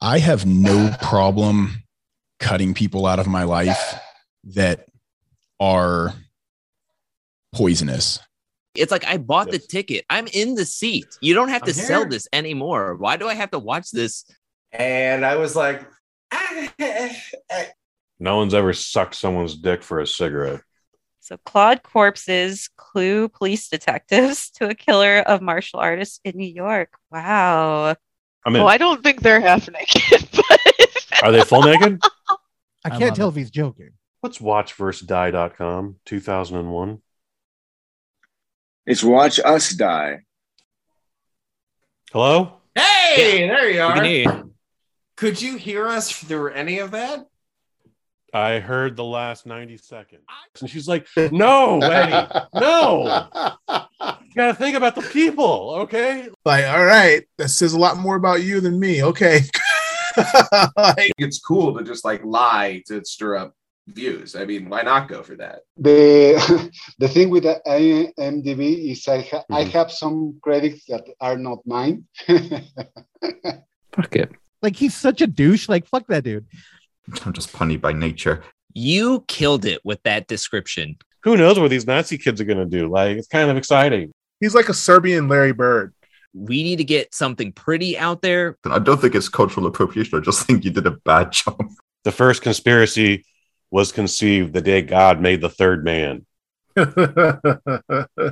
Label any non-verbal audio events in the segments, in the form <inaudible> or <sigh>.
I have no problem cutting people out of my life that are poisonous. It's like I bought the Yes. ticket. I'm in the seat. You don't have to I'm sell here. this anymore. Why do I have to watch this? And I was like, "Ah, eh, eh." No one's ever sucked someone's dick for a cigarette. So clawed corpses clue police detectives <laughs> to a killer of martial artists in New York. Wow. I mean, Well, I don't think they're half naked, <laughs> but are they full naked? I I can't love tell it. if he's joking. What's watchversedie.com 2001? It's watch us die. Hello? hey, there you We are. can hear you. Could you hear us through any of that? I heard the last 90 seconds. And she's like, no, Eddie, no. You got to think about the people, okay? like, all right, that says a lot more about you than me. Okay. Like, It's cool to just like lie to stir up views. I mean, why not go for that? the <laughs> the thing with the IMDb is I ha- I Mhm. have some credits that are not mine. <laughs> Fuck it. <laughs> Like he's such a douche. Like fuck that dude. I'm just punny by nature. You killed it with that description. Who knows what these Nazi kids are going to do? Like, it's kind of exciting. he's like a Serbian Larry Bird. <laughs> We need to get something pretty out there. I don't think it's cultural appropriation. I just think you did a bad <laughs> job. The first conspiracy was conceived the day God made the third man.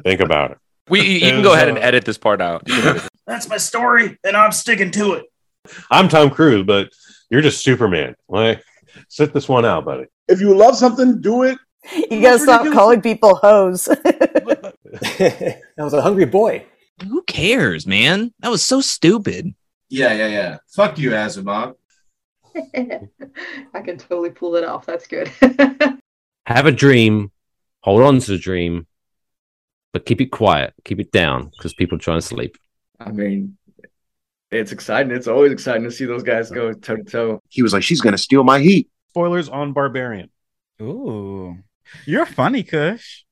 Think about it. We you you can And, go ahead and uh, edit this part out. <laughs> You can edit it. That's my story, and I'm sticking to it. I'm Tom Cruise, but you're just Superman. Like, sit this one out, buddy. If you love something, do it. You gotta stop calling people hoes. yeah, I was a hungry boy. Who cares, man? That was so stupid. yeah, yeah. Fuck you, Asimov. I can totally pull it off. That's good. <laughs> Have a dream, hold on to the dream, but keep it quiet, keep it down because people try and sleep. I mean, it's exciting. It's always exciting to see those guys go toe to toe. He was like, she's gonna steal my heat. Spoilers on Barbarian. Ooh, you're funny, Kush.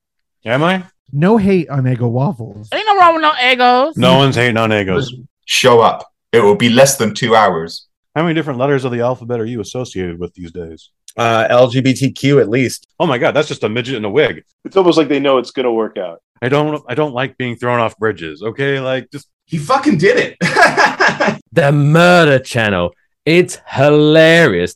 Am I? No hate on Eggo waffles. Ain't no wrong with no egos. No one's hating on egos. Show up. It will be less than two hours. How many different letters of the alphabet are you associated with these days? Uh, LGBTQ at least. Oh my god, that's just a midget in a wig. It's almost like they know it's gonna work out. I don't I don't like being thrown off bridges. Okay, like just He fucking did it. <laughs> The Murder Channel. It's hilarious.